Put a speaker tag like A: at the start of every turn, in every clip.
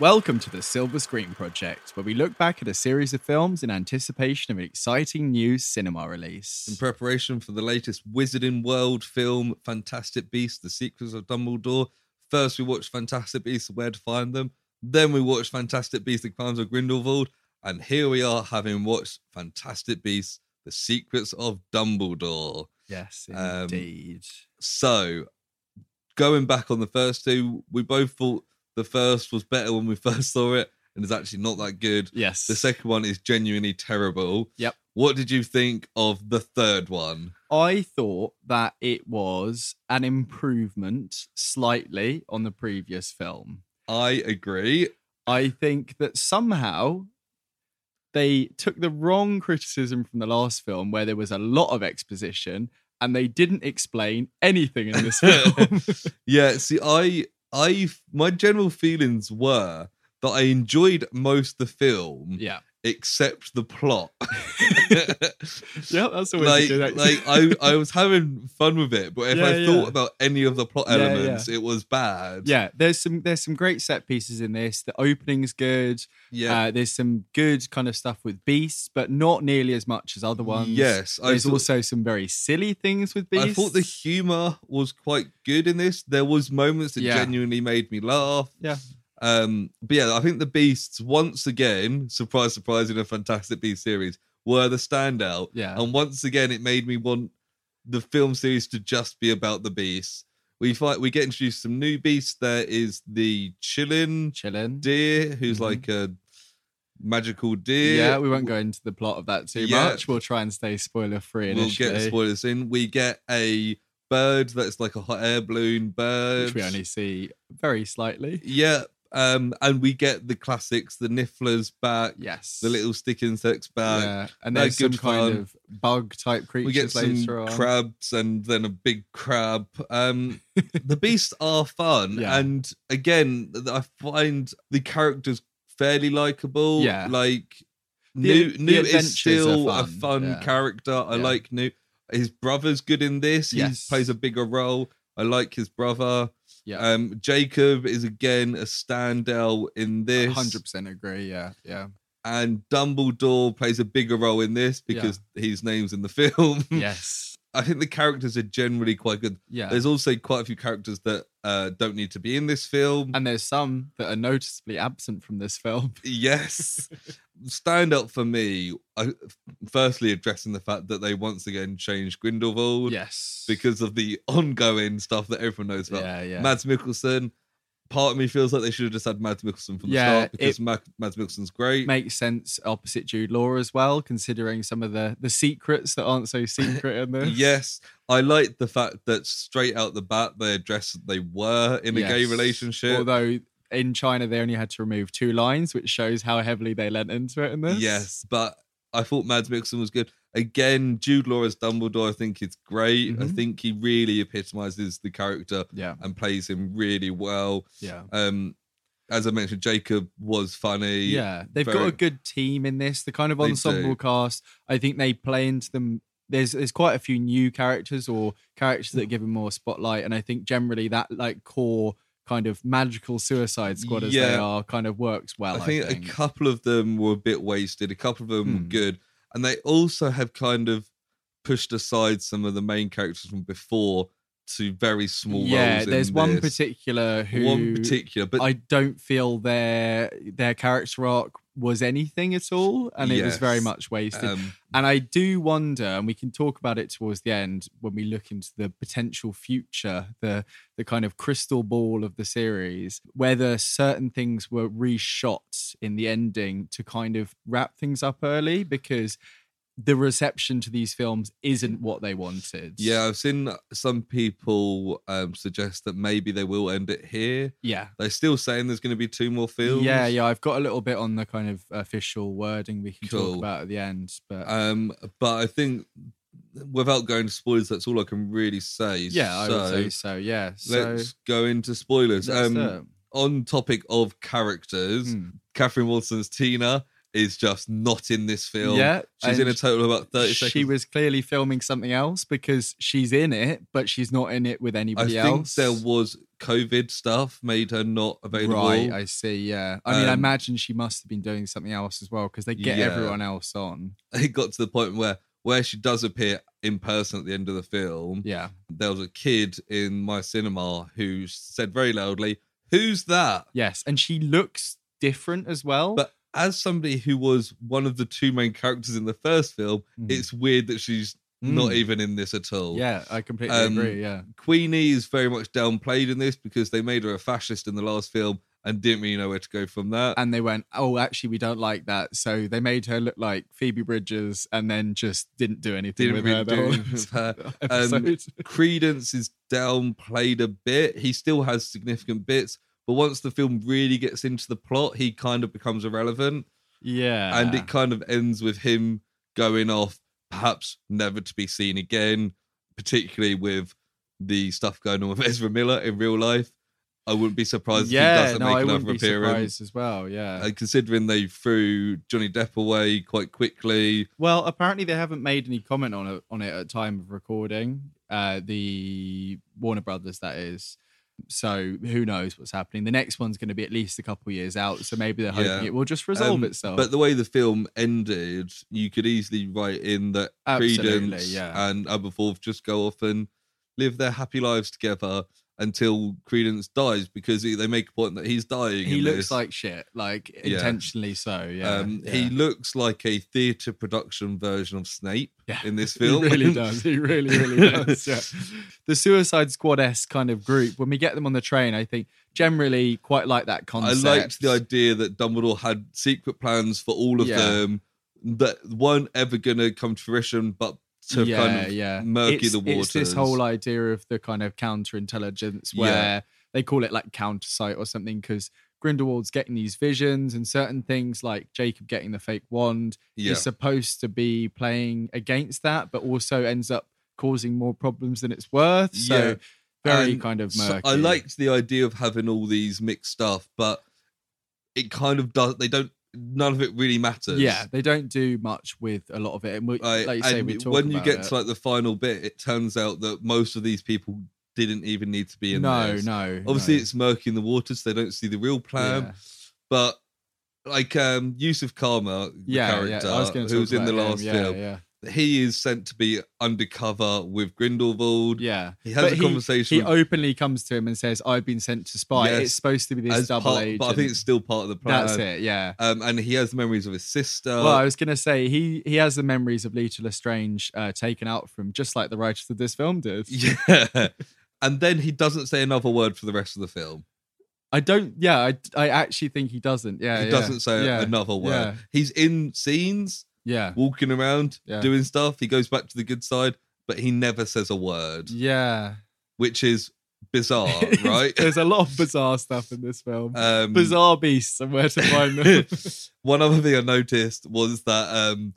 A: Welcome to the Silver Screen Project, where we look back at a series of films in anticipation of an exciting new cinema
B: in
A: release.
B: preparation for the latest Wizarding World film, Fantastic Beasts: The Secrets of Dumbledore. First, we watched Fantastic Beasts: and Where to Find Them. Then we watched Fantastic Beasts: The Crimes of Grindelwald, and here we are having watched Fantastic Beasts: The Secrets of Dumbledore.
A: Yes,
B: Um,
A: indeed.
B: So, going back on the first two, we both thought the first was better when we first saw it, and it's actually not that good.
A: yes.
B: The second one is genuinely terrible.
A: Yep.
B: What did you think of the third one?
A: I thought that it was an improvement slightly on the previous film.
B: I agree.
A: I think that somehow they took the wrong criticism from the last film where there was a lot of exposition and they didn't explain anything in this film.
B: Yeah, see, I, I, my general feelings were that I enjoyed most the film
A: yeah.
B: except the plot.
A: Yeah, that's always
B: like,
A: good. actually.
B: like I, I was having fun with it, but if
A: Yeah,
B: I
A: yeah.
B: thought about any of the plot
A: Yeah, yeah.
B: elements, it was bad.
A: yeah, there's some there's some great set pieces in this. The opening's good.
B: yeah.
A: Uh, there's some good kind of stuff with beasts, but not nearly as much as other ones.
B: Yes, I
A: there's
B: thought-
A: also some very silly things with beasts.
B: I thought the humor was quite good in this. There was moments that
A: Yeah.
B: genuinely made me laugh.
A: Yeah.
B: Um, but yeah, I think the beasts once again, surprise, surprise, in a Fantastic Beast series, were the standout.
A: yeah,
B: And once again, it made me want the film series to just be about the beasts. We fight. We get introduced to some new beasts. There is the chillin
A: chilling.
B: deer, who's
A: Mhm.
B: like a magical deer.
A: yeah, we won't go into the plot of that too
B: Yeah.
A: much. We'll try and stay spoiler free.
B: We'll get spoilers in. We get a bird that's like a hot air balloon bird.
A: which we only see very slightly.
B: Yeah. Um, and we get the classics, the nifflers back,
A: Yes,
B: the little stick insects back.
A: yeah, and
B: they're
A: there's some
B: good
A: kind
B: fun.
A: of bug type creatures
B: we get some
A: later on.
B: crabs and then a big crab. Um, the beasts are fun,
A: Yeah.
B: and again, th- I find the characters fairly likable.
A: Yeah.
B: like
A: The-
B: Newt.
A: the
B: Newt
A: adventures
B: is
A: are
B: still a
A: fun,
B: fun
A: yeah.
B: character. I
A: Yeah.
B: like Newt. His brother's good in this.
A: Yes.
B: He plays a bigger role. I like his brother.
A: Yeah.
B: Um, Jacob is again a standout in this
A: Hundred percent agree. Yeah, yeah,
B: and Dumbledore plays a bigger role in this
A: Yeah.
B: because his name's in the film.
A: yes,
B: I think the characters are generally quite good.
A: yeah.
B: There's also quite a few characters that uh, don't need to be in this film.
A: and there's some that are noticeably absent from this film.
B: yes, stand up for me. I, firstly, addressing the fact that they once again changed Grindelwald
A: Yes,
B: because of the ongoing stuff that everyone knows about.
A: yeah, yeah,
B: Mads Mikkelsen. Part of me feels like they should have just had Mads Mikkelsen from the
A: Yeah,
B: start because Ma- Mads Mikkelsen's great.
A: makes sense opposite Jude Law as well, considering some of the the secrets that aren't so secret in this.
B: Yes, I like the fact that straight out the bat they addressed that they were in a gay
A: Yes.
B: relationship.
A: Although in China they only had to remove two lines, which shows how heavily they lent into it in this.
B: yes, but I thought Mads Mikkelsen was good. Again, Jude Law as Dumbledore, I think it's great. I
A: Mhm.
B: think he really epitomizes the character
A: Yeah.
B: and plays him really well.
A: Yeah.
B: Um, as I mentioned, Jacob was funny.
A: Yeah. They've got
B: very-
A: a good team in this. The kind of
B: They
A: ensemble
B: do.
A: cast, I think they play into them. There's there's quite a few new characters or characters that give them more spotlight. And I think generally that like core kind of magical suicide squad as they
B: Yeah.
A: are kind of works well. I think,
B: I think a couple of them were a bit wasted. A couple of them were
A: Hmm.
B: good, and they also have kind of pushed aside some of the main characters from before to very small
A: yeah,
B: roles. in
A: there's one
B: this.
A: particular who
B: one particular, but
A: I don't feel their their character arc was anything at all, and it was very
B: Yes.
A: much wasted.
B: um,
A: and I do wonder, and we can talk about it towards the end when we look into the potential future, the the kind of crystal ball of the series, whether certain things were reshot in the ending to kind of wrap things up early because the reception to these films isn't what they wanted.
B: yeah, I've seen some people um, suggest that maybe they will end it here.
A: yeah.
B: They're still saying there's going to be two more films.
A: Yeah, yeah, I've got a little bit on the kind of official wording we can talk
B: Cool.
A: about at the end, but
B: Um, but I think without going to spoilers, that's all I can really say.
A: yeah, I would
B: So
A: say so. Yeah, so
B: let's go into spoilers.
A: that's
B: um,
A: it.
B: on topic of characters,
A: Mm.
B: Catherine Wilson's Tina is just not in this film.
A: yeah,
B: She's in
A: and
B: a total of about 30 seconds.
A: She was clearly filming something else because she's in it, but she's not in it with
B: I
A: anybody
B: think
A: else.
B: there was COVID stuff made her not available.
A: Right, I see. Yeah, I mean, I
B: Um,
A: imagine she must have been doing something else as well because they get
B: Yeah.
A: everyone else on.
B: It got to the point where where she does appear in person at the end of the film.
A: Yeah,
B: There was a kid in my cinema who said very loudly, "Who's that?"
A: yes, and she looks different as well.
B: But as somebody who was one of the two main characters in the first film,
A: Mm.
B: it's weird that she's
A: Mm.
B: not even in this at all.
A: yeah, I completely
B: Um,
A: agree. Yeah,
B: Queenie is very much downplayed in this because they made her a fascist in the last film and didn't really know where to go from that.
A: and they went, "Oh, actually, we don't like that." So they made her look like Phoebe Bridges, and then just didn't do anything
B: Didn't
A: with
B: really
A: her.
B: do
A: The
B: anything Um, with her.
A: whole episode.
B: Credence is downplayed a bit. He still has significant bits, but once the film really gets into the plot, he kind of becomes irrelevant.
A: yeah,
B: And it kind of ends with him going off, perhaps never to be seen again, particularly with the stuff going on with Ezra Miller in real life. I wouldn't be surprised if he
A: yeah,
B: doesn't
A: no,
B: make
A: I wouldn't
B: another
A: be
B: appearance.
A: surprised as well. Yeah,
B: Uh, considering they threw Johnny Depp away quite quickly.
A: Well, apparently they haven't made any comment on it on it at time of recording. Uh, the Warner Brothers, that is. So who knows what's happening? The next one's going to be at least a couple years out. So maybe they're hoping
B: Yeah.
A: it will just resolve
B: Um,
A: itself.
B: But the way the film ended, you could easily write in that
A: Absolutely,
B: Credence
A: yeah.
B: and Aberforth just go off and live their happy lives together until Credence dies because he, they make a point that he's dying.
A: he
B: in
A: looks
B: this.
A: like shit, like
B: Yeah.
A: intentionally so. Yeah,
B: um,
A: yeah.
B: he looks like a theatre production version of Snape
A: Yeah.
B: in this film.
A: He really does. He really, really does. Yeah. The Suicide Squad s kind of group. When we get them on the train, I think generally quite like that
B: I
A: concept.
B: liked the idea that Dumbledore had secret plans for all of
A: Yeah.
B: them that weren't ever going to come to fruition, but to kind of
A: yeah.
B: murky
A: it's,
B: the
A: It's this
B: waters.
A: whole idea of the kind of counterintelligence
B: Yeah.
A: where they call it like countersight or something because Grindelwald's getting these visions and certain things like Jacob getting the fake wand
B: yeah.
A: is supposed to be playing against that, but also ends up causing more problems than it's worth. So
B: Yeah.
A: very
B: And
A: kind of
B: So
A: murky.
B: I liked the idea of having all these mixed stuff, but it kind of does. They don't. None of it really matters.
A: Yeah, they don't do much with a lot of it, and we,
B: Like,
A: like, you say,
B: and
A: we talk
B: when you
A: about
B: get
A: it.
B: to like the final bit, it turns out that most of these people didn't even need to be in
A: no,
B: this.
A: no,
B: Obviously,
A: no.
B: it's murky in the waters. they don't see the real plan.
A: Yeah.
B: But like um Yusuf Karma, the
A: yeah, yeah,
B: character
A: I was going to
B: who was in the last
A: yeah,
B: film,
A: Yeah,
B: he is sent to be undercover with Grindelwald.
A: yeah.
B: He has
A: But
B: a
A: he-
B: conversation
A: He
B: with-
A: openly comes to him and says, "I've been sent to spy."
B: Yes,
A: it's supposed to be this
B: as
A: double
B: part,
A: agent.
B: but I think it's still part of uh, the plan.
A: that's it. Yeah.
B: Um, and he has memories of his sister.
A: well, I was going to say he he has the memories of Lita Lestrange uh, taken out from just like the writers of this film did.
B: yeah. And then he doesn't say another word for the rest of the film.
A: I don't. Yeah, I, I actually think he doesn't. Yeah,
B: he
A: yeah,
B: doesn't say
A: yeah,
B: another word.
A: yeah.
B: He's in scenes,
A: Yeah,
B: walking around,
A: Yeah.
B: doing stuff. He goes back to the good side, but he never says a word,
A: yeah.
B: which is bizarre,
A: It's-
B: right?
A: There's a lot of bizarre stuff in this film.
B: Um,
A: bizarre beasts and where to find them.
B: One other thing I noticed was that um,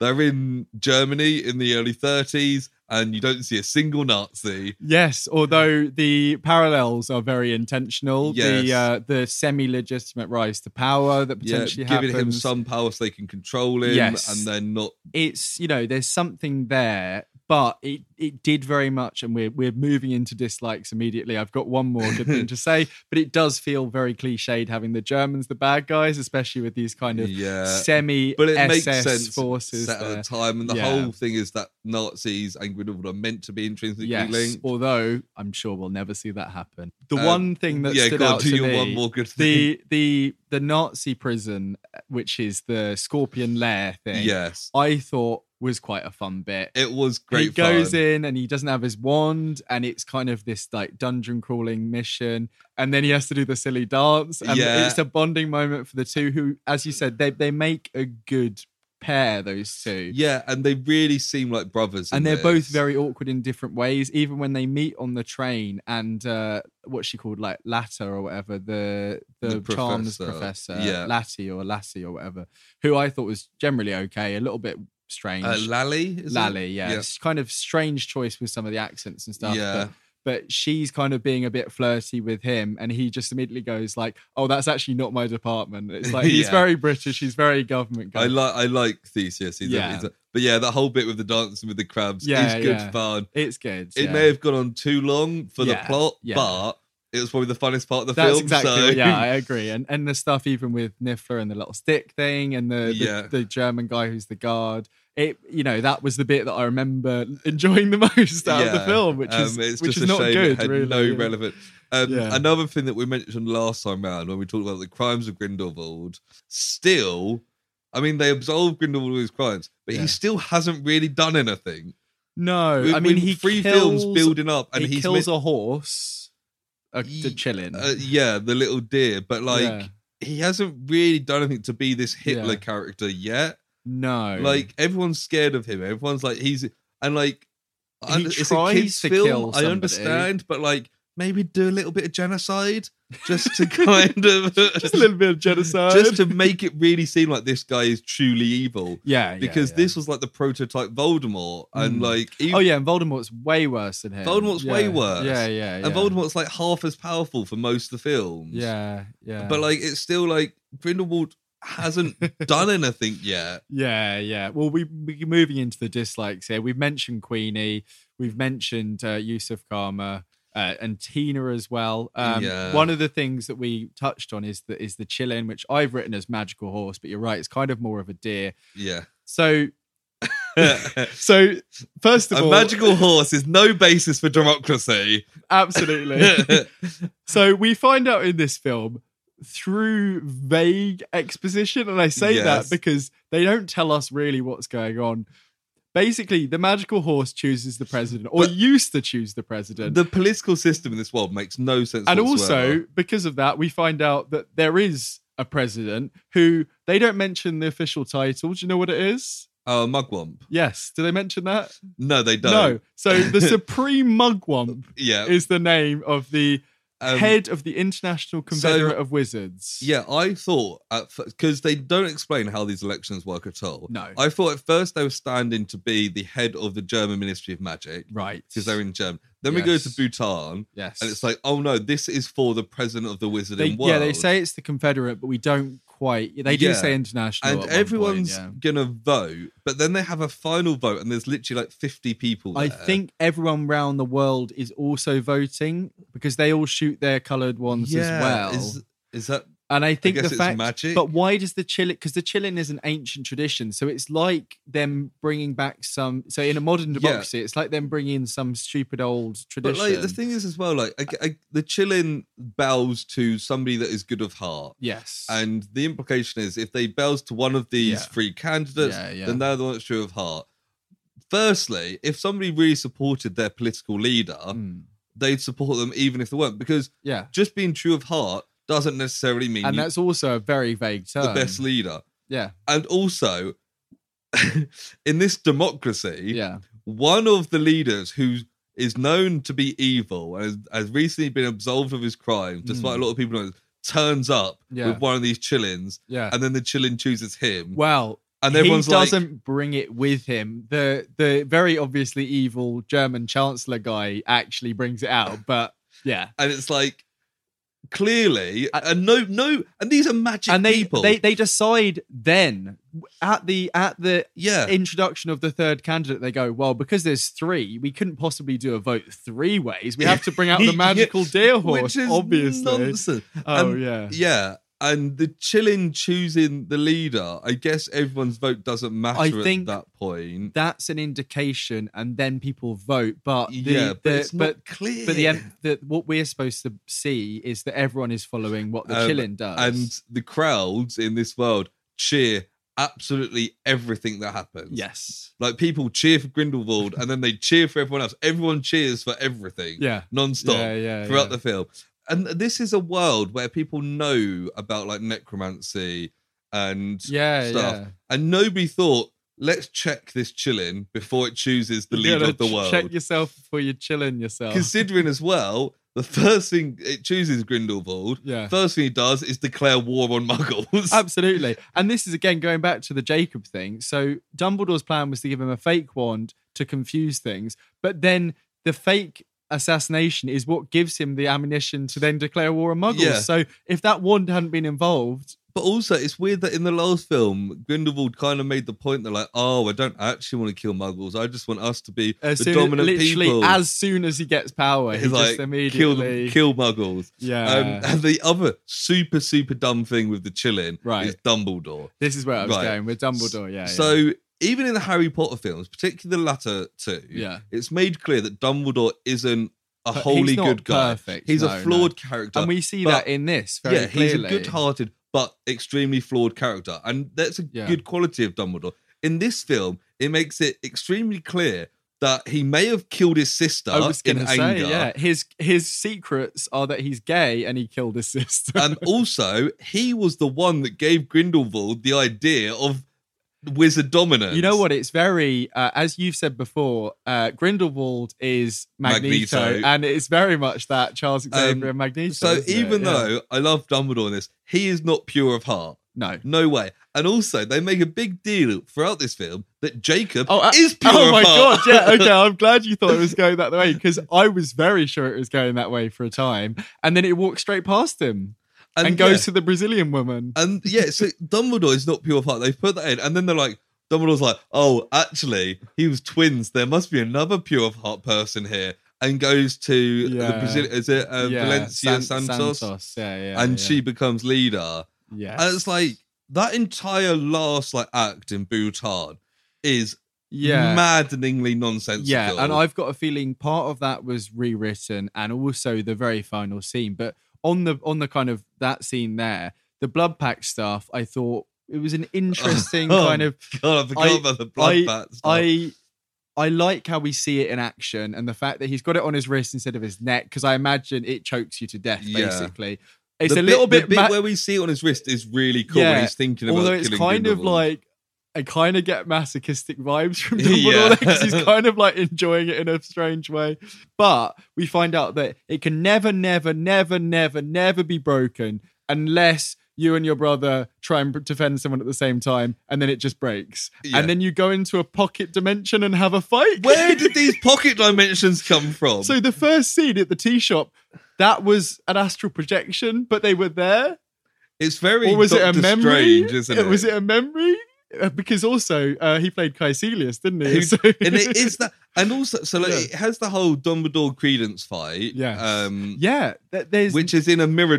B: they're in Germany in the early 30s, and you don't see a single Nazi.
A: Yes, although the parallels are very intentional. The
B: Yes.
A: uh, the semi-legitimate rise to power that
B: Yeah,
A: potentially
B: giving
A: happens.
B: him some power so they can control him,
A: Yes.
B: and then not
A: It's you know there's something there, but it it did very much, and we're we're moving into dislikes immediately. I've got one more good thing to say, but it does feel very cliched having the Germans the bad guys, especially with these kind of
B: yeah.
A: semi
B: But it makes
A: SS
B: sense
A: forces.
B: uh, set at
A: there.
B: the time, and the
A: Yeah.
B: whole thing is that Nazis and Grindelwald are meant to be intrinsically
A: Yes,
B: linked.
A: although I'm sure we'll never see that happen. The
B: Uh,
A: one thing that
B: yeah,
A: stood
B: go on,
A: out
B: do
A: to
B: your
A: me
B: one more good thing.
A: the the the Nazi prison, which is the scorpion lair thing.
B: yes,
A: I thought was quite a fun bit.
B: it was great.
A: he goes
B: fun.
A: in and he doesn't have his wand, and it's kind of this like dungeon crawling mission, and then he has to do the silly dance, and
B: Yeah.
A: it's a bonding moment for the two who, as you said, they they make a good pair. Those two.
B: Yeah, and they really seem like brothers, in
A: And they're both
B: this.
A: very awkward in different ways. Even when they meet on the train, and uh, what's she called, like Latta or whatever, the the,
B: The
A: charms
B: professor,
A: professor,
B: yeah.
A: Latti or Lassie or whatever, who I thought was generally okay, a little bit strange.
B: Uh, Lally, is it?
A: Lally, yeah,
B: Yeah.
A: it's kind of strange choice with some of the accents and stuff.
B: yeah.
A: But, but she's kind of being a bit flirty with him, and he just immediately goes like, "Oh, that's actually not my department." It's like he's
B: Yeah.
A: very British, he's very government.
B: I
A: guy.
B: like I like Theseus. He's a-
A: Yeah.
B: he's a- but yeah, that whole bit with the dancing with the crabs
A: Yeah,
B: is good
A: yeah.
B: fun.
A: it's good.
B: It
A: yeah.
B: may have gone on too long for
A: Yeah,
B: the plot,
A: yeah.
B: but it was probably the funniest part of the
A: That's
B: film.
A: exactly
B: so
A: yeah, I agree. And and the stuff even with Niffler and the little stick thing and the, the
B: Yeah.
A: the German guy who's the guard. It you know that was the bit that I remember enjoying the most out of the
B: Yeah,
A: film, which is
B: um, it's
A: which is
B: just a
A: not
B: shame
A: good.
B: It had
A: really.
B: no
A: yeah.
B: relevant. Um,
A: Yeah.
B: Another thing that we mentioned last time round when we talked about the crimes of Grindelwald, still, I mean, they absolved Grindelwald of his crimes, but
A: Yeah.
B: he still hasn't really done anything.
A: No,
B: We've
A: I mean
B: been
A: he
B: three
A: kills,
B: films building up, and
A: he
B: he's
A: kills
B: mi-
A: a horse. Uh, to
B: Ye-
A: chilling.
B: uh, yeah, the little deer, but like
A: Yeah.
B: he hasn't really done anything to be this Hitler
A: Yeah.
B: character yet.
A: no,
B: Like everyone's scared of him. Everyone's like he's and like I
A: He
B: under- it's
A: tries
B: a kids
A: to
B: film,
A: kill
B: I
A: somebody.
B: understand, but like maybe do a little bit of genocide just to kind of
A: just a little bit of genocide.
B: just to make it really seem like this guy is truly evil.
A: yeah, yeah,
B: Because
A: yeah.
B: this was like the prototype Voldemort, and
A: Mm.
B: like e even,
A: Oh yeah, and Voldemort's way worse than him.
B: Voldemort's
A: yeah.
B: way worse.
A: Yeah, yeah, yeah.
B: and Voldemort's like half as powerful for most of the films.
A: Yeah, yeah.
B: but like it's still like Grindelwald hasn't done anything yet.
A: Yeah, yeah. Well, we we're moving into the dislikes here. We've mentioned Queenie, we've mentioned uh, Yusuf Karma. Uh, and Tina as well. Um,
B: Yeah.
A: One of the things that we touched on is the is the chillin, which I've written as magical horse, but you're right, it's kind of more of a deer.
B: Yeah.
A: So,
B: a
A: so first of all,
B: magical horse is no basis for democracy.
A: absolutely. so we find out in this film through vague exposition, and I say
B: Yes.
A: that because they don't tell us really what's going on. Basically, the magical horse chooses the president, or
B: But-
A: used to choose the president.
B: the political system in this world makes no sense.
A: and
B: whatsoever.
A: also, because of that, we find out that there is a president who they don't mention the official title. Do you know what it is?
B: uh, mugwump.
A: Yes. Do they mention that?
B: No, they don't.
A: No. So the Supreme Mugwump
B: Yeah.
A: is the name of the
B: um,
A: head of the International Confederate of Wizards.
B: Yeah, I thought because they don't explain how these elections work at all.
A: No.
B: I thought at first they were standing to be the head of the German Ministry of Magic
A: Right.
B: because they're in Germany. Then we go to
A: Yes.
B: Bhutan,
A: yes.
B: and it's like, oh no, this is for the president of the Wizarding
A: they,
B: World.
A: yeah, they say it's the Confederate, but we don't quite. They do
B: Yeah.
A: say international, at
B: and
A: one point,
B: everyone's
A: yeah.
B: gonna vote, but then they have a final vote, and there's literally like 50 people.
A: I
B: there.
A: think everyone round the world is also voting because they all shoot their coloured ones
B: Yeah,
A: as well.
B: Is, is that
A: and I think
B: guess
A: the
B: it's
A: fact,
B: magic.
A: but why does the chillin? Because the chillin is an ancient tradition, so it's like them bringing back some. So in a modern
B: Yeah.
A: democracy, it's like them bringing in some stupid old
B: but
A: tradition.
B: like the thing is as well, like I, I, the chillin bows to somebody that is good of heart.
A: yes,
B: And the implication is if they bows to one of these
A: Yeah.
B: three candidates,
A: Yeah, yeah.
B: then they're the one that's true of heart. Firstly, if somebody really supported their political leader,
A: Mm.
B: they'd support them even if they weren't, because
A: yeah,
B: just being true of heart doesn't necessarily mean
A: and
B: you
A: that's also a very vague term.
B: the best leader.
A: yeah,
B: And also, in this democracy,
A: yeah,
B: one of the leaders who is known to be evil and has, has recently been absolved of his crimes, despite
A: Mm.
B: a lot of people know, turns up
A: Yeah.
B: with one of these chillins,
A: yeah.
B: and then the chillin chooses him,
A: Well,
B: and everyone's
A: he
B: like,
A: doesn't bring it with him. The the very obviously evil German chancellor guy actually brings it out, but yeah.
B: and it's like clearly,
A: And-
B: and no, no, and these are magic
A: And they,
B: people,
A: they they decide then at the at the
B: yeah,
A: introduction of the third candidate they go well because there's three we couldn't possibly do a vote three ways we have to bring out the
B: Yeah,
A: magical deer horse
B: which is
A: obviously
B: nonsense.
A: oh
B: and-
A: yeah
B: Yeah, and the chillin choosing the leader, I guess everyone's vote doesn't matter
A: I
B: at
A: think
B: that point.
A: that's an indication and then people vote but the,
B: yeah, Uh, but
A: the-
B: it's not
A: but
B: clear.
A: But the, em- the what we're supposed to see is that everyone is following what the
B: Um,
A: chillin does.
B: and the crowds in this world cheer absolutely everything that happens.
A: yes,
B: Like people cheer for Grindelwald and then they cheer for everyone else. Everyone cheers for everything
A: yeah,
B: non-stop
A: yeah, yeah,
B: throughout
A: yeah.
B: the film. And this is a world where people know about like necromancy and
A: yeah,
B: stuff.
A: yeah.
B: and nobody thought, let's check this chillin before it chooses the
A: You
B: leader
A: gotta
B: of the world.
A: Check yourself before you're chilling yourself.
B: Considering as well, the first thing it chooses Grindelwald.
A: Yeah,
B: First thing he does is declare war on muggles.
A: absolutely. And this is again going back to the Jacob thing. So Dumbledore's plan was to give him a fake wand to confuse things, but then the fake assassination is what gives him the ammunition to then declare war on Muggles.
B: Yeah.
A: So if that wand hadn't been involved,
B: But also, it's weird that in the last film, Grindelwald kind of made the point that, like, oh, I don't actually want to kill muggles. I just want us to be
A: as
B: the
A: soon,
B: dominant
A: literally
B: people.
A: as soon as he gets power, he
B: He's
A: just
B: like, kill,
A: immediately
B: them, kill muggles.
A: yeah.
B: Um, and the other super, super dumb thing with the chilling
A: Right.
B: is Dumbledore.
A: this is where I was
B: right.
A: going with Dumbledore. Yeah. yeah.
B: So even in the Harry Potter films, particularly the latter two,
A: yeah,
B: it's made clear that Dumbledore isn't a
A: But
B: wholly
A: he's not
B: good guy.
A: perfect,
B: He's
A: no,
B: a
A: no.
B: flawed character.
A: and we see
B: but-
A: that in this very
B: yeah,
A: clearly.
B: he's a good-hearted but extremely flawed character, and that's a
A: Yeah.
B: good quality of Dumbledore. In this film, it makes it extremely clear that he may have killed his sister
A: I was
B: in
A: gonna say,
B: anger,
A: yeah, his his secrets are that he's gay and he killed his sister.
B: and also he was the one that gave Grindelwald the idea of wizard dominance.
A: You know what? It's very, uh, as you've said before, uh, Grindelwald is Magneto,
B: Magneto. Um,
A: and it's very much that Charles Xavier and Magneto.
B: So
A: isn't it?
B: even
A: Yeah.
B: though I love Dumbledore in this, he is not pure of heart.
A: no,
B: No way. And also, they make a big deal throughout this film that Jacob
A: Oh, uh,
B: is pure
A: oh
B: of
A: my god,
B: heart.
A: yeah, okay. I'm glad you thought it was going that way because I was very sure it was going that way for a time, and then it walked straight past him and,
B: yeah.
A: goes to the Brazilian woman.
B: And yeah, so Dumbledore is not pure of heart. They've put that in, and then they're like, Dumbledore's like, oh, actually, he was twins. There must be another pure of heart person here, and goes to the
A: Yeah.
B: Brazil. Is it uh,
A: Yeah, San-
B: Valencia Santos?
A: yeah, yeah,
B: and
A: yeah.
B: she becomes leader.
A: yes.
B: And it's like that entire last like act in Bhutan is
A: yeah.
B: maddeningly nonsensical.
A: Yeah, and I've got a feeling part of that was rewritten, and also the very final scene. But on the on the kind of that scene there, the blood pack stuff, I thought it was an interesting
B: Oh,
A: kind of.
B: God, I forgot
A: I-
B: about the blood
A: I-
B: bat stuff.
A: I I like how we see it in action, and the fact that he's got it on his wrist instead of his neck, because I imagine it chokes you to death.
B: Yeah.
A: Basically, it's
B: The
A: a little
B: the
A: bit. ma-
B: where we see it on his wrist is really cool when
A: Yeah,
B: he's thinking about
A: although it's
B: killing
A: kind of
B: Grindelwald.
A: like. I kind of get masochistic vibes from
B: Yeah.
A: Dumbledore because he's kind of like enjoying it in a strange way. But we find out that it can never, never, never, never, never be broken unless you and your brother try and defend someone at the same time, and then it just breaks.
B: Yeah.
A: And then you go into a pocket dimension and have a fight.
B: Where did these pocket dimensions come from?
A: so the first scene at the tea shop, that was an astral projection, but they were there
B: it's very
A: or was it
B: Doctor
A: a memory?
B: Strange, isn't it?
A: Was it a memory? Uh, Because also uh, he played Caecilius, didn't he?
B: Who-
A: So-
B: and it is that, and also, so like,
A: Yeah.
B: it has the whole Dumbledore Credence fight,
A: Yes.
B: um,
A: yeah. That there's
B: which is in a mirror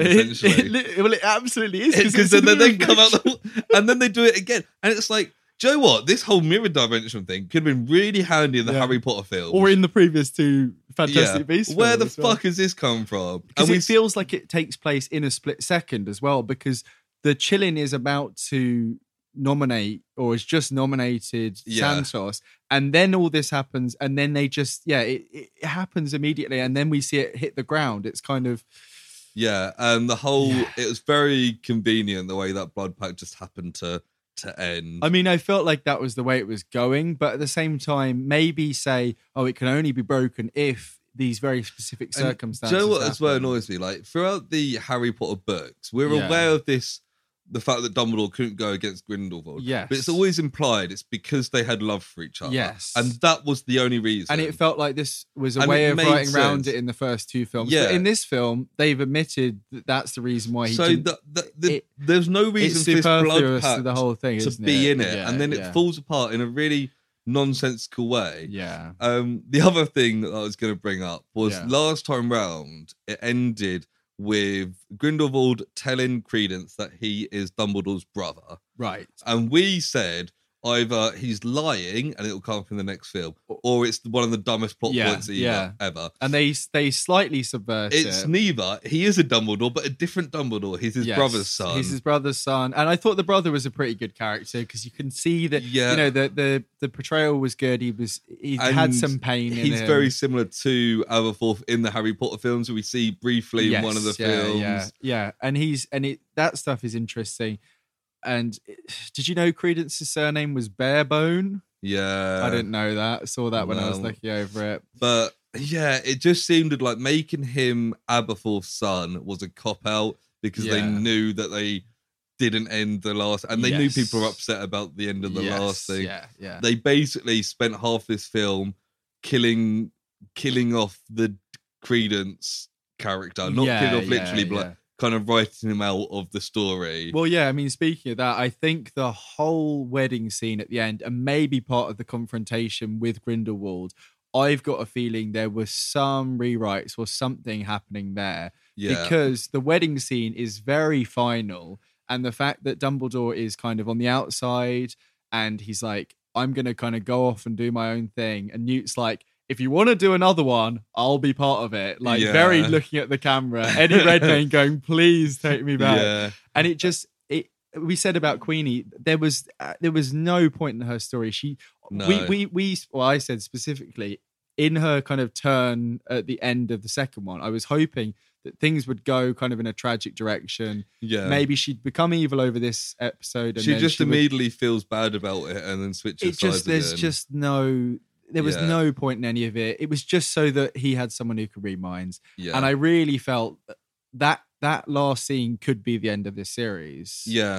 A: it,
B: essentially.
A: it li- well, it absolutely is it's
B: because then
A: a
B: they
A: mirror
B: then come out
A: reflection.
B: the, and then they do it again and it's like Joe, what this whole mirror dimension thing could have been really handy in the
A: Yeah.
B: Harry Potter film
A: or in the previous two Fantastic Beasts.
B: where the
A: films as well.
B: fuck has this come from
A: Because
B: we
A: it feels like it takes place in a split second as well, because the Chillin is about to nominate or has just nominated
B: Yeah.
A: Santos, and then all this happens, and then they just yeah, it, it happens immediately, and then we see it hit the ground. It's kind of
B: yeah and the whole
A: Yeah.
B: it was very convenient the way that blood pack just happened to to end
A: I mean, I felt like that was the way it was going, but at the same time, maybe say, oh, it can only be broken if these very specific
B: And
A: circumstances.
B: Joe, what as well
A: happen.
B: annoys me? Like throughout the Harry Potter books, we're
A: Yeah.
B: aware of this, the fact that Dumbledore couldn't go against Grindelwald.
A: Yes.
B: but it's always implied it's because they had love for each other.
A: Yes.
B: and that was the only reason.
A: And it felt like this was a
B: And
A: way
B: it
A: of
B: made
A: writing around it
B: sense.
A: in the first two films.
B: Yeah.
A: But in this film, they've admitted that that's the reason why he
B: so
A: didn't.
B: the, the, the,
A: it-
B: there's no reason
A: it's
B: for this blood
A: superfluous
B: pact
A: to the whole thing
B: to
A: isn't
B: be in it,
A: Yeah,
B: and then
A: yeah.
B: it falls apart in a really nonsensical way.
A: Yeah.
B: Um, the other thing that I was going to bring up was
A: Yeah.
B: last time round, it ended with Grindelwald telling Credence that he is Dumbledore's brother.
A: Right.
B: And we said either he's lying and it'll come up in the next film, or it's one of the dumbest plot
A: Yeah,
B: points either,
A: yeah.
B: ever.
A: And they they slightly subvert
B: It's
A: it.
B: neither. He is a Dumbledore, but a different Dumbledore. He's his
A: Yes,
B: brother's son.
A: He's his brother's son, and I thought the brother was a pretty good character because you can see that
B: Yeah.
A: you know the the the portrayal was good. He was he
B: And
A: had some pain. in
B: He's
A: him.
B: very similar to Aberforth in the Harry Potter films, who we see briefly in one of the
A: Yes, yeah,
B: films.
A: Yeah, yeah, and he's and it that stuff is interesting. And did you know Credence's surname was Barebone?
B: Yeah.
A: I didn't know that. saw that when I was
B: Uh, no.
A: looking over it.
B: But yeah, it just seemed like making him Aberforth's son was a cop out because they
A: Yeah.
B: knew that they didn't end the last, and they
A: Yes.
B: knew people were upset about the end of the
A: Yes,
B: last thing.
A: Yeah, yeah.
B: They basically spent half this film killing killing off the Credence character, not killing off literally, but like, kind of writing him out of the story.
A: Well, yeah, I mean, speaking of that, I think the whole wedding scene at the end, and maybe part of the confrontation with Grindelwald, I've got a feeling there was some rewrites or something happening there
B: yeah,
A: because the wedding scene is very final. And the fact that Dumbledore is kind of on the outside and he's like, I'm going to kind of go off and do my own thing. And Newt's like, if you want to do another one, I'll be part of it. Like,
B: Yeah.
A: very looking at the camera. Eddie Redmayne going, please take me back
B: yeah,
A: and it just it we said about Queenie there was uh, there was no point in her story she we
B: No.
A: we we well I said specifically in her kind of turn at the end of the second one I was hoping that things would go kind of in a tragic direction
B: yeah.
A: maybe she'd become evil over this episode and
B: she
A: then
B: just
A: would-
B: immediately feels bad about it and then switches
A: it just
B: sides
A: there's
B: again.
A: just no there was
B: Yeah.
A: no point in any of it it was just so that he had someone who could read minds
B: yeah.
A: and I really felt that that last scene could be the end of this series
B: yeah.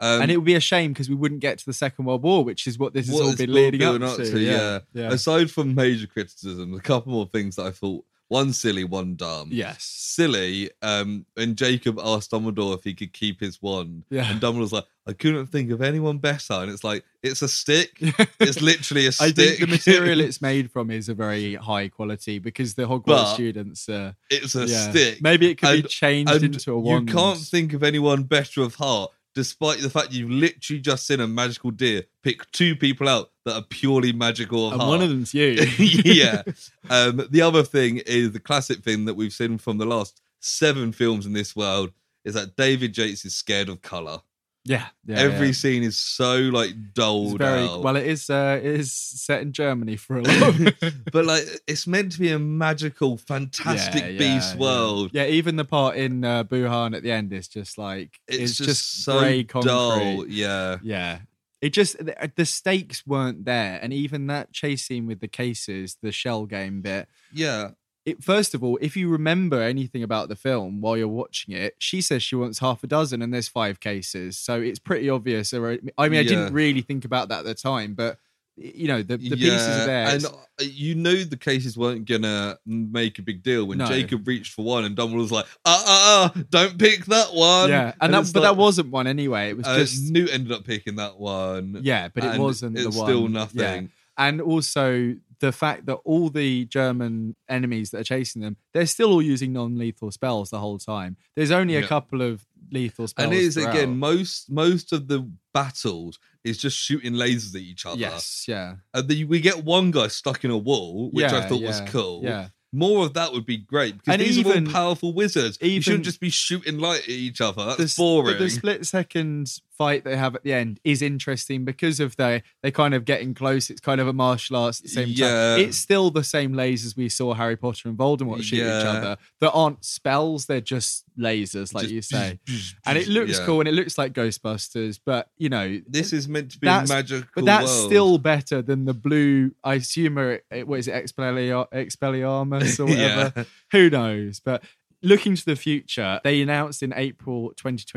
B: Um,
A: and it would be a shame because we wouldn't get to the Second World War, which is what this has
B: what
A: all
B: it's
A: been
B: all
A: leading up
B: building
A: to.
B: yeah.
A: yeah.
B: Aside from major criticism, a couple more things that I thought one silly, one dumb.
A: Yes.
B: Silly. Um, and Jacob asked Dumbledore if he could keep his wand.
A: Yeah.
B: And Dumbledore's like, I couldn't think of anyone better. And it's like, it's a stick. It's literally a
A: I
B: stick.
A: think the material it's made from is a very high quality because the Hogwarts
B: But-
A: students. Uh,
B: it's a
A: yeah.
B: stick.
A: Maybe it could be
B: And-
A: changed
B: and
A: into a
B: you
A: wand.
B: can't think of anyone better of heart, despite the fact you've literally just seen a magical deer pick two people out that are purely magical. Of
A: and
B: heart.
A: one of them's you.
B: yeah. Um, the other thing is the classic thing that we've seen from the last seven films in this world is that David Yates is scared of color.
A: yeah. yeah,
B: Every
A: yeah.
B: scene is so like
A: It's
B: dulled
A: very
B: out.
A: well. It is. Uh, it is set in Germany for a lot. of-
B: but like it's meant to be a magical, fantastic
A: Yeah, yeah,
B: beast
A: yeah.
B: world.
A: Yeah, even the part in uh, Buhan at the end is just like
B: It's, just, so
A: grey concrete.
B: dull. Yeah.
A: Yeah. It just the, the stakes weren't there, and even that chase scene with the cases, the shell game bit.
B: Yeah.
A: It first of all, if you remember anything about the film while you're watching it, she says she wants half a dozen, and there's five cases, so it's pretty obvious. Or I mean, I
B: Yeah.
A: didn't really think about that at the time, but you know, the, the pieces are there.
B: And
A: It's-
B: uh, you knew the cases weren't gonna make a big deal when
A: No.
B: Jacob reached for one, and Dumbledore was like, "Uh, uh, uh, don't pick that one."
A: yeah, and, that,
B: it's
A: but
B: like-
A: that wasn't one anyway. It was
B: Uh,
A: just
B: Newt ended up picking that one.
A: yeah, but it
B: and
A: wasn't
B: It's
A: the one.
B: still
A: Yeah.
B: nothing.
A: and also the fact that all the German enemies that are chasing them, they're still all using non-lethal spells the whole time. There's only a
B: Yeah.
A: couple of lethal spells.
B: And it is
A: throughout.
B: again most most of the battles is just shooting lasers at each other.
A: yes, yeah,
B: And then we get one guy stuck in a wall, which I
A: Yeah,
B: thought was
A: yeah,
B: cool.
A: yeah.
B: More of that would be great because
A: And
B: these are
A: even-
B: all powerful wizards. you shouldn't
A: even-
B: just be shooting light at each other. That's
A: The s-
B: boring.
A: The split second fight they have at the end is interesting because of they they kind of getting close. It's kind of a martial arts at the same
B: Yeah.
A: time. It's still the same lasers we saw Harry Potter and Voldemort shoot each
B: Yeah.
A: other. That aren't spells. They're just lasers, like
B: Just-
A: you say. And it looks
B: Yeah.
A: cool and it looks like Ghostbusters, but you know
B: This is meant to be
A: That's-
B: magical.
A: But that's
B: world.
A: still better than the blue. I assume it, it- what is it, Expelliar- Expelliarmus or whatever.
B: yeah.
A: Who knows? But looking to the future, they announced in April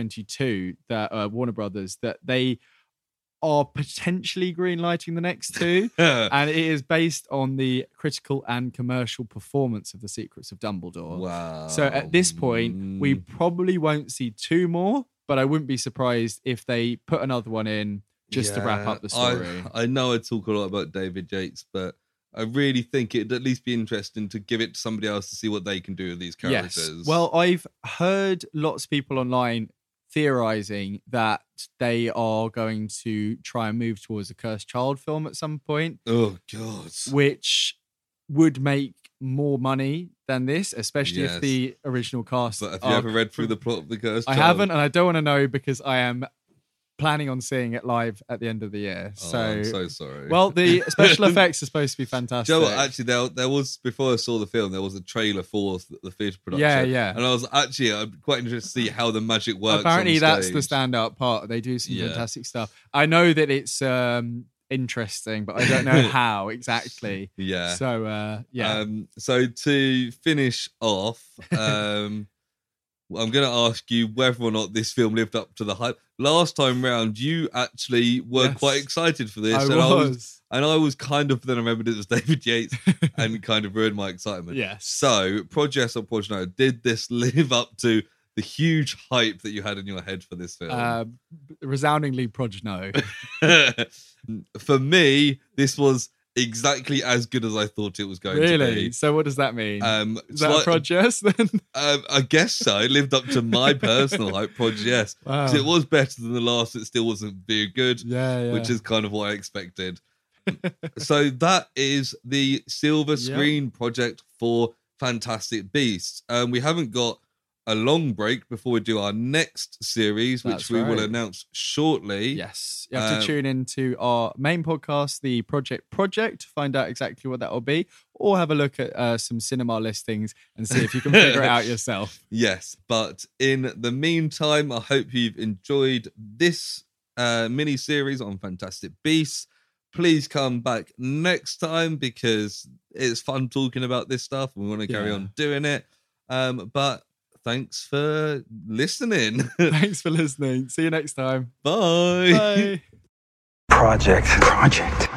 A: 2022 that uh, Warner Brothers that they are potentially greenlighting the next two, and it is based on the critical and commercial performance of the Secrets of Dumbledore.
B: wow.
A: So at this point, we
B: Mm.
A: probably won't see two more, but I wouldn't be surprised if they put another one in just to wrap
B: Yeah,
A: up the story.
B: I, I know I talk a lot about David Yates, but I really think it'd at least be interesting to give it to somebody else to see what they can do with these characters.
A: Yes. Well, I've heard lots of people online theorizing that they are going to try and move towards a cursed child film at some point,
B: oh god,
A: which would make more money than this, especially
B: Yes.
A: if the original cast.
B: but have you
A: are-
B: ever read through the plot of the Cursed?
A: I
B: Child?
A: haven't, and I don't want to know because I am planning on seeing it live at the end of the year.
B: Oh,
A: So,
B: I'm so sorry.
A: well, the special effects are supposed to be fantastic.
B: Joe, actually, there, there was before I saw the film, there was a trailer for the, the theatre production.
A: yeah, yeah.
B: And I was actually I'm quite interested to see how the magic works. on
A: apparently that's the
B: stage.
A: standout part they do some
B: Yeah.
A: fantastic stuff i know that it's um interesting but i don't know how exactly
B: Yeah.
A: so uh yeah
B: Um, so to finish off, um, I'm going to ask you whether or not this film lived up to the hype. Last time round, you actually were
A: Yes.
B: quite excited for this,
A: I
B: and I was,
A: was.
B: and I was kind of. Then I remembered it was David Yates, and kind of ruined my excitement.
A: yes.
B: So, Project Unfortunate, did this live up to the huge hype that you had in your head for this film?
A: Uh, resoundingly proj no. Uh,
B: for me, this was exactly as good as I thought it was going to
A: really?
B: be.
A: So what does that mean?
B: Um,
A: Is that
B: slight-
A: a proj yes then?
B: um, I guess so. It lived up to my personal hype, Project Yes. 'Cause It
A: Wow.
B: was better than the last, it still wasn't very good,
A: Oh. yeah, yeah.
B: which is kind of what I expected. so that is the silver
A: Yeah.
B: screen project for Fantastic Beasts. Um, we haven't got a long break before we do our next series, which
A: That's
B: we will
A: right.
B: announce shortly.
A: Yes. You have
B: Um,
A: to tune into our main podcast, the Project Project, to find out exactly what that will be, or have a look at uh, some cinema listings and see if you can figure it out yourself.
B: Yes, but in the meantime, I hope you've enjoyed this uh, mini series on Fantastic Beasts. Please come back next time because it's fun talking about this stuff. We want to carry
A: Yeah.
B: on doing it. Um, but thanks for listening.
A: Thanks for listening. See you next time.
B: Bye.
A: Bye.
C: Project. Project.